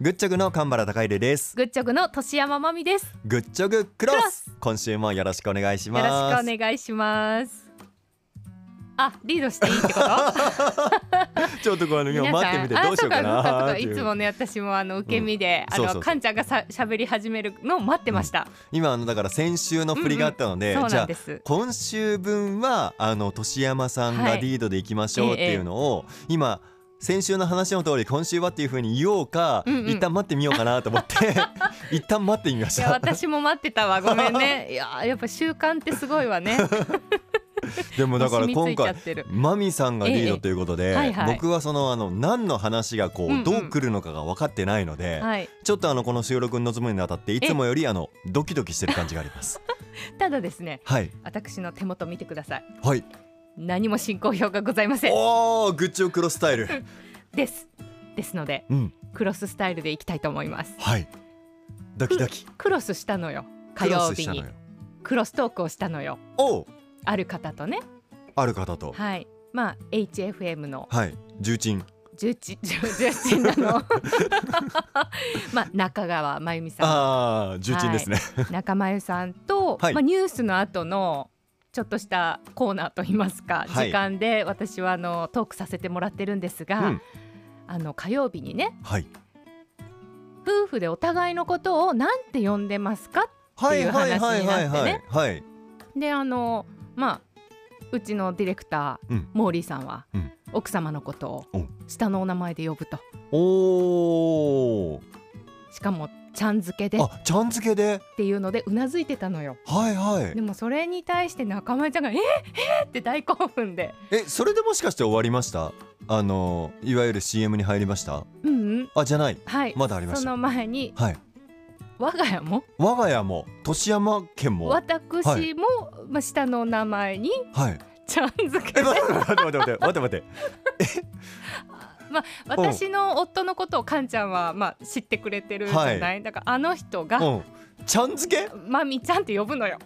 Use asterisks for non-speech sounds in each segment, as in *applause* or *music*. グッチョグの神原孝秀ですグッチョグの年山まみです。グッチョグクロスクロス今週もよろしくお願いしよろますしくお願いします。あ、リードしていいってこと *laughs* ちょっとこれ今皆待っさてみてん、あどうしようかそうかそうなかっていいうつもね、私もあの受け身で、うんそうあそうそうのかんちゃんがさ喋り始めるのを待ってました。今あのだから先週の振りがあったので、そうじなゃんあです。今週分はあの年山さんはがいリードでいきましょうっていうのを、今先週の話の通り今週はっていう風に言おうか、うんうん一旦待ってみようかなと思って *laughs* 一旦待ってみましいやた私も待ってたわごめんね *laughs* いややっぱ習慣ってすごいわねでもだから染みつ今いちゃ回ってるマミさんがリーえドえということで、はいはい僕はそのあの何の話がこう、うんうんどう来るのかが分かってないので、はいちょっとあのこの収録に臨むにあたっていつもよりあのドキドキしてる感じがあります。 *laughs* ただですねはい私の手元見てくださいはい。何も進行表がございませんおおグッチョクロスタイル。ですですのでうんクロススタイルでいきたいと思いますはい。ドキドキ。クロスしたのよ火クロス曜し日たにのよ。クロストークをしたのよおうある方とねある方と。はいまあ HFM のはい。重鎮。重鎮 *laughs* 重鎮なの *laughs* まあ中川真由美さああ重鎮ですね。ん中真由さんと、はいまあ、ニュースの後のちょっとしたコーナーといいますか、はい時間で私はあのトークさせてもらってるんですが、うんあの火曜日にねはい。夫婦でお互いのことをなんて呼んでますかはいう話になってねいはい。であのまあうちのディレクター、うんモーリーさんは、うん奥様のことをお下のお名前で呼ぶとおお。しかもちゃん付けでっあちゃん付けで。ていうのでうなずいてたのよはいはいで。もそれに対して仲間ちゃんが「えー、えーって大興奮でえそれでもしかして終わりました。あのいわゆる CM に入りました。 「うんうんあじゃない。はい」まだありまそした。の前にはい。我が家も我が家も年山県も。はい。私も、まあ、下のお名前にちゃん付けえで待って待って待って待って待って。私の夫のことをカンちゃんは、まあ、知ってくれてるじゃない、はだからあの人がうん。ちゃん付け？ 「まみちゃん」って呼ぶのよ。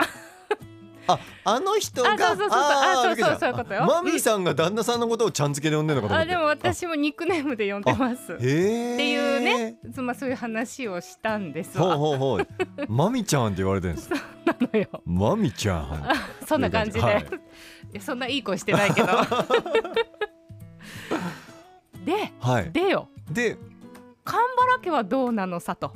ああの人が。あそうそうそうそうあそうそうそういうことよマミさんが旦那さんのことをちゃん付けで呼んでるのかと思あって。でも私もニックネームで呼んでますあ。へえ。っていうね。そまあそういう話をしたんですほうわ。ほうほう。マミちゃんって言われてるんです。なの *laughs* よ。マミちゃん。そんな感じで、はいいやそんないい声してないけ *laughs* ど。で、はい。でよ、で、神原家はどうなのさと。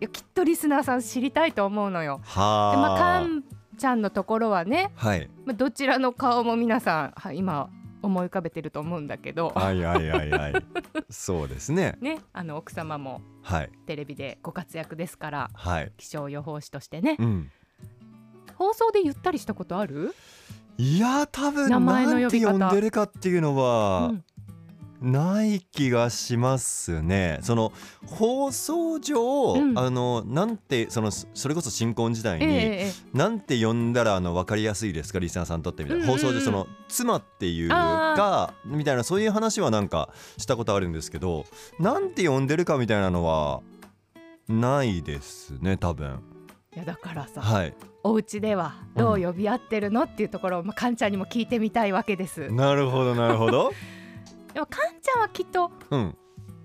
いやきっとリスナーさん知りたいと思うのよ。ではあ。まあカンちゃんのところはね、はい。まあ、どちらの顔も皆さんはい今思い浮かべてると思うんだけど、はいはいはいはい。そうですね。ね、あの奥様もはいテレビでご活躍ですから。はい。気象予報士としてねうん。放送で言ったりしたことある、いや多分名前のなん呼びて方呼んでるかっていうのうは、ん、ない気がしますね。その放送上、うんあのなんてそのそそれこそ新婚時代ええに、ええなんて呼んだらあの分かりやすいですかリスナーさんにとってみたいな、うんうんうん放送上その妻っていうかみたいなそういう話はなんかしたことあるんですけどなんて呼んでるかみたいなのはないですね多分。いやだからさ、はい。お家ではどう呼び合ってるのっていうところを、まあ、かんちゃんにも聞いてみたいわけです。なるほどなるほど。でもかんちゃんはきっと *laughs* うん。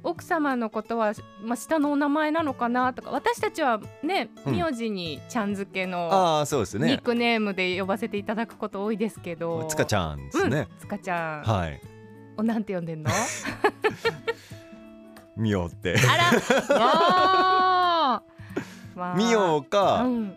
奥様のことは、まあ、下のお名前なのかなとか私たちはねうん名字にちゃん付けのああそうですニッね。クネームで呼ばせていただくこと多いですけどつかちゃんゃんですね。つかちゃん、はい。おなんて呼んで *laughs* んのあみおって。 *laughs* らもうまあみおか、うん、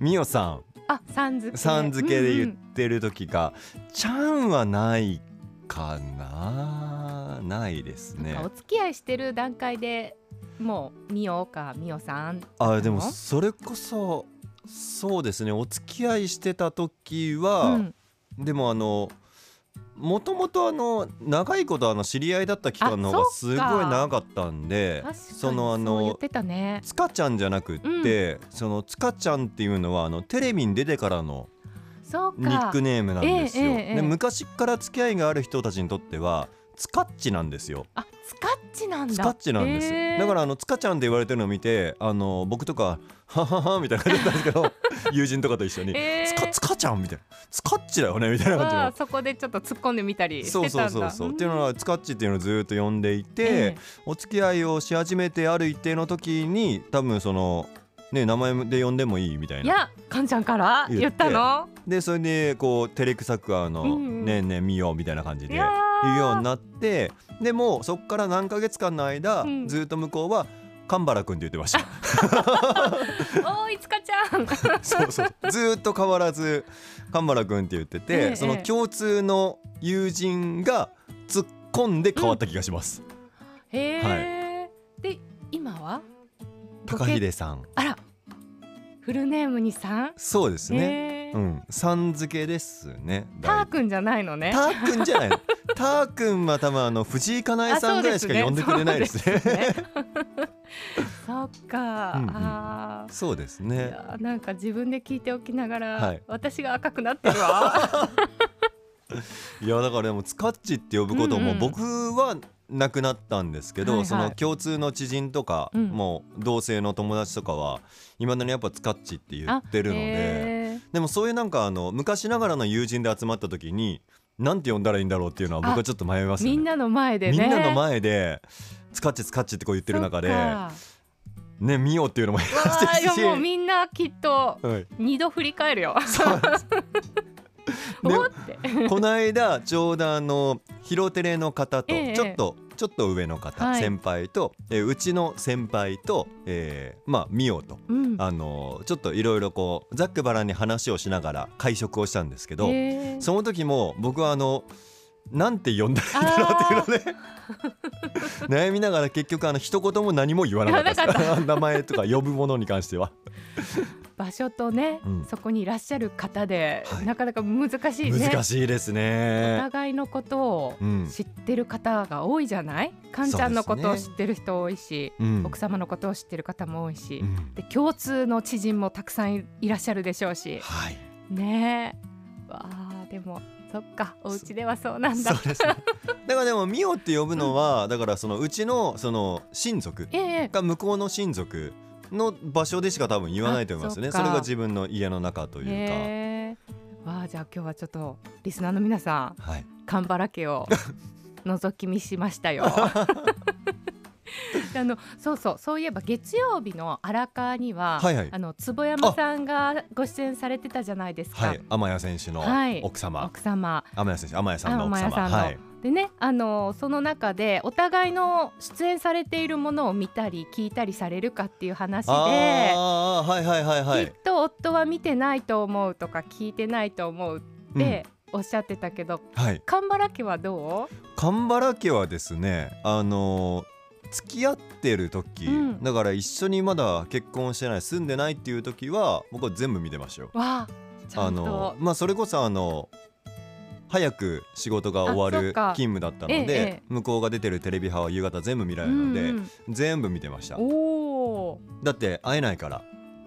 みおさあさん付んけさん付けでう言んうんってる時が、ちゃんはないかなないですねなんかお付き合いしてる段階でもうみおかみおさんあでもなのそれこそそうですねお付き合いしてた時は、でもあのもともとあの長いことあの知り合いだった期間の方があすごいそっか長かったんで確かにそそののああのの言ってたねつかちゃんじゃなくって、そのつかちゃんっていうのはあのテレビに出てからのそうニッかクネームなんですよ、ええええで昔から付き合いがある人たちにとってはつかっちなんですよあスカッチなんだつかっちなんです、だから *laughs* らあのつかちゃんって言われてるのを見てあの僕とかははははみたいな感じだったんですけど友人とかと一緒にえ「つかーつかちゃん」みたいな「つかっちだよね」みたいな感じあのー。そこでちょっと突っ込んでみたりしてたそんうだそうそうそう。っていうのはつかっちっていうのをずっと呼んでいて、ええお付き合いをし始めてある一定の時に多分そのね名前で呼んでもいいみたいいな。やかんちゃんから言って言ったのでそれでこう照れくさくあの、うんうんねえねえ見ようみたいな感じでいやー言うようになってでもうそっから何ヶ月間の間、うんずっと向こうは神原くんって言って *laughs* ました。おーいつかち *laughs* ゃんそうそうずーっと変わらず神原君って言ってて、ええその共通の友人が突っ込んで変わった気がします、へえ、で今は高秀さんあらフルネームにさんそうですね、へえうんさん付けですねターくんじゃないのねたーくんじゃないのたーくんは多分あの藤井かなえさんぐらいしか呼んでくれないですね *laughs* そっか、うんうんあ *laughs* ーそうですいねやなんか自分で聞いておきながら、はい私が赤くなってるわいやだからでもスカッチって呼ぶことうんもうん僕はなくなったんですけど、はいはいその共通の知人とか、うんもう同性の友達とかはいまだにやっぱスカッチって言ってるのあでへでもそういうなんかあの昔ながらの友人で集まった時になんて呼んだらいいんだろうっていうのは僕はちょっと迷いまーすよねみんなの前でねみんなの前でスカッチスカッチってこう言ってる中でそ *laughs* っかね見ようっていうのも言いまわしたあいしやもうみんなきっとはい二度振り返るよ。 *laughs* そうなんです *laughs* でおって。 *laughs* この間ちょうどあの広テレの方とええちょっと、ちょっと上の方、はい先輩と、えーうちの先輩と、えーまあミオと、うん。あのーちょっといろいろこうざっくばらんに話をしながら会食をしたんですけど、へーその時も僕はあのなんて呼んだらいいんだろうっていう *laughs* ので悩みながら結局あの一言も何も言わなかったです言名前とか呼ぶものに関しては場所とね、うんそこにいらっしゃる方で、はいなかなか難 *laughs* しいね。難しいです *laughs* おね。互いのことをうん知ってる方が多いじゃない、かんちゃんのことを知ってる人多いし、うん奥様のことを知ってる方も多いし、うんで共通の知人もたくさんいいらっしゃるでしょうしはいねえわあでもそっかお家ではそうなんだそうですね。 *laughs* だからでもミオって呼ぶのは、だからそのうちのその親族ええが向こうの親族の場所でしか多分言わないと思いますね。あそそうれかが自分の家の中というか。へーわあじゃあ今日はちょっとリスナーの皆さんはい。神原 *laughs* 家を覗き見しましたよ。 *laughs* であのそうそうそういえば月曜日の荒川には、はいはいあの坪山さんがご出演されてたじゃないですか、はい。天谷選手のはい奥様。奥様天谷選手、天谷さんの奥天様。谷さんのはい。でねあのその中でお互いの出演されているものを見たり聞いたりされるかっていう話でああ、はいはいはいはきいっ。と夫は見てないと思うとか聞いてないと思うっうんておっしゃってたけど、はい。神原家はどう神原家はですね、あのー付き合ってる時、うんだから一緒にまだ結婚してない住んでないっていう時は僕は全部見てましたよ。わあちゃあんのとまあそれこそあの早く仕事が終わあそるうか勤務だったのえで、えええ向こうが出てるテレビ派は夕方全部見られるので、うんうん全部見てましたおおだって会えないから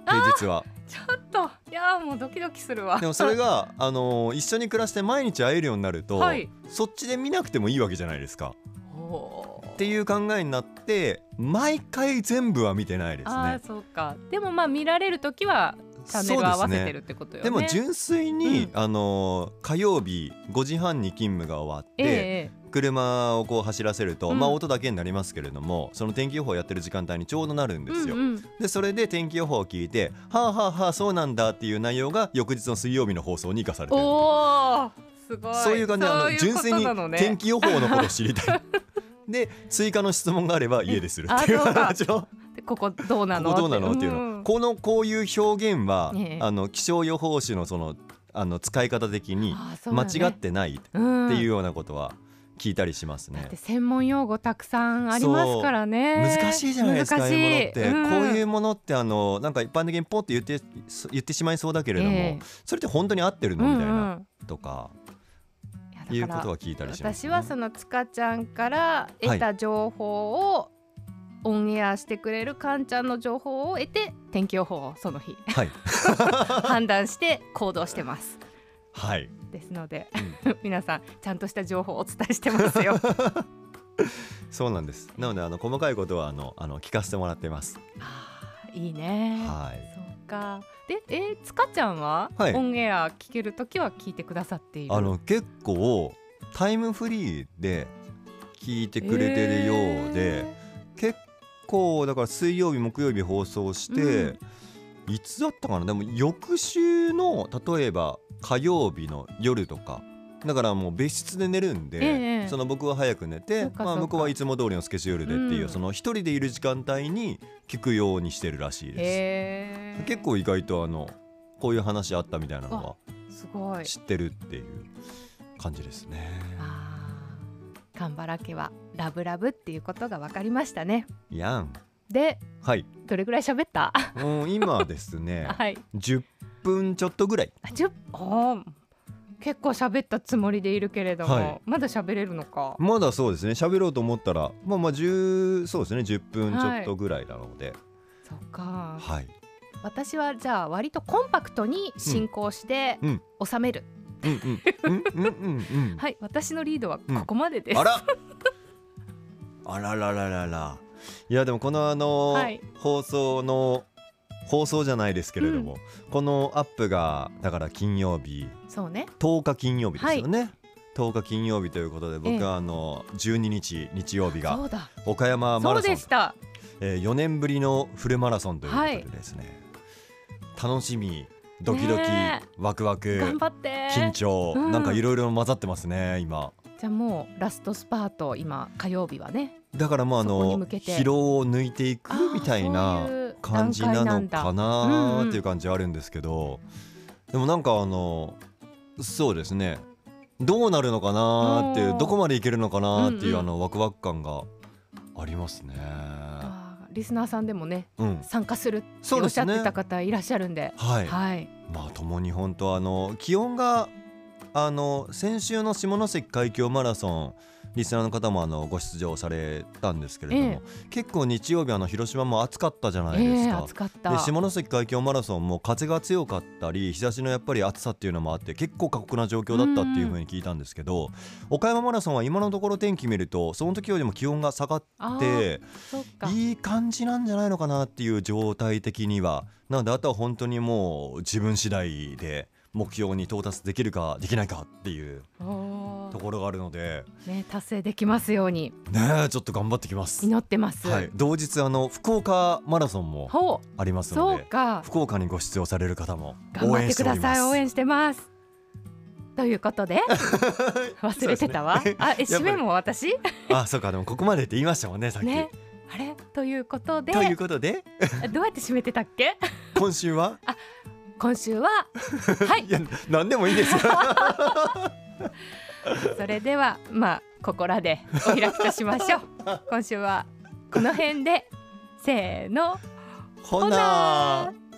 平日はちょっといやーもうドキドキするわでもそれがあの一緒に暮らして毎日会えるようになると、はいそっちで見なくてもいいわけじゃないですかおっーていう考えになって毎回全部は見てないですあねあそうかでもまあ見られる時はチャンネルを合わせてるってことよでねも純粋に、うんあの火曜日5時半に勤務が終わって、えええ車をこう走らせると、うんまあ音だけになりますけれどもその天気予報やってる時間帯にちょうどなるんえですよ、うんうんでそれで天気予報を聞いてはあはあはあそうなんだっていう内容が翌日の水曜日の放送に生かされてるおおすごいそういう感じであそのういう純こと粋になのね天気予報のことを知りた *laughs* いで追加の質問があれば家でするっていうあそうか話をでここどうなこのこどうなのっていうの、んこのこういう表現は、ええあの気象予報士のそのあの使い方的にあーそう間だね違ってないっうんていうようなことは聞いたりしますね。だって専門用語たくさんありますからね難しいじゃないですかああ難しいうものって、んこういうものってあのなんか一般的にポンって言ってそ言ってしまいそうだけれども、ええそれって本当に合ってるのみたいな、とかうんうんいやうだこからとは聞いたりします、私はそのつかちゃんから得た情報をオンエアしてくれるかんちゃんの情報を得て天気予報をその *laughs* 日はい判断して行動してますはい、ですのでうん *laughs* 皆さんちゃんとした情報をお伝えしてますよそうなんですなのであの細かいことはあのあの聞かせてもらってます、あーいいねはいそうかでえー、つかちゃんは、はいオンエア聞けるときは聞いてくださっているあの結構タイムフリーで聞いてくれてるようで、結構だから水曜日木曜日放送して、ういつだったかなでも翌週の例えば火曜日の夜とかだからもう別室で寝るんで、ええその僕は早く寝てそうかまあ、そう向かこうはいつも通りのスケジュールでっていう、うんその一人でいる時間帯に聞くようにしてるらしいです。へー結構意外とあのこういう話あったみたいなのすごはい知ってるっていう感じですね。あー神原家はラブラブっていうことが分かりましたねやんではい、どれぐらい喋った、うん、今ですね *laughs* はい10分ちょっとぐらいあ10おー結構喋ったつもりでいるけれども、はいまだ喋れるのかまだそうですね喋ろうと思ったらまあまあ10そうですね10分ちょっとぐらいなので、そうかはい私はじゃあ割とコンパクトに進行してうん収める、うんうんうんうんうんうん、はい私のリードはここまでです、あらあらららららいやでもこのあの、はい放送の放送じゃないですけれども、このアップがだから金曜日そうね10日金曜日ですよね、10日金曜日ということで僕はあの12日日曜日そがうだ岡山マそうラソンでしたえー、4年ぶりのフルマラソンということでですね、楽しみドキドキ、ねえワクワク頑張って緊張、うんなんかいろいろ混ざってますね今じゃあもうラストスパート今火曜日はねだからもうあそこにの向けて疲労を抜いていくみたいあーそうないう感じなのか段階んだなうんうんっていう感じあるんですけど、でもなんかあのそうですねどうなるのかなっていうおーどこまでいけるのかなっていううんうんあのワクワク感がありますね。あーリスナーさんでもねうん、参加するってそうおでっしゃすってねた。方いらっしゃるんで、はい、はい、まあともに本当あの気温があの先週の下関海峡マラソンリスナーの方もあのご出場されたんですけれども、ええ結構日曜日あの広島も暑かったじゃないえですえか。暑かったで下関海峡マラソンも風が強かったり日差しのやっぱり暑さっていうのもあって結構過酷な状況だったっていうふうに聞いたんですけど岡山マラソンは今のところ天気見るとその時よりも気温が下がっあーてそっかいい感じなんじゃないのかなっていう状態的にはなのであとは本当にもう自分次第で目標に到達できるかできないかっていうおーところがあるのでね達成できますようにねえちょっと頑張ってきます。祈ってます、はい、同日あの福岡マラソンもほありまうすそのうでか福岡にご出場される方も頑応張っ援てしてくおだりまさすい応援してますというこ *laughs* とで忘れてたわ、そうですねあえやっぱ締りめも私あそうかでもここまでって言いましたもんねさっき、ねあれということでということでどうやって締めてたっけ今週は今週ははいいや何でもいいですよそれではまあここらでお開きとしまし *laughs* ょう今週はこの辺でせーのほほななー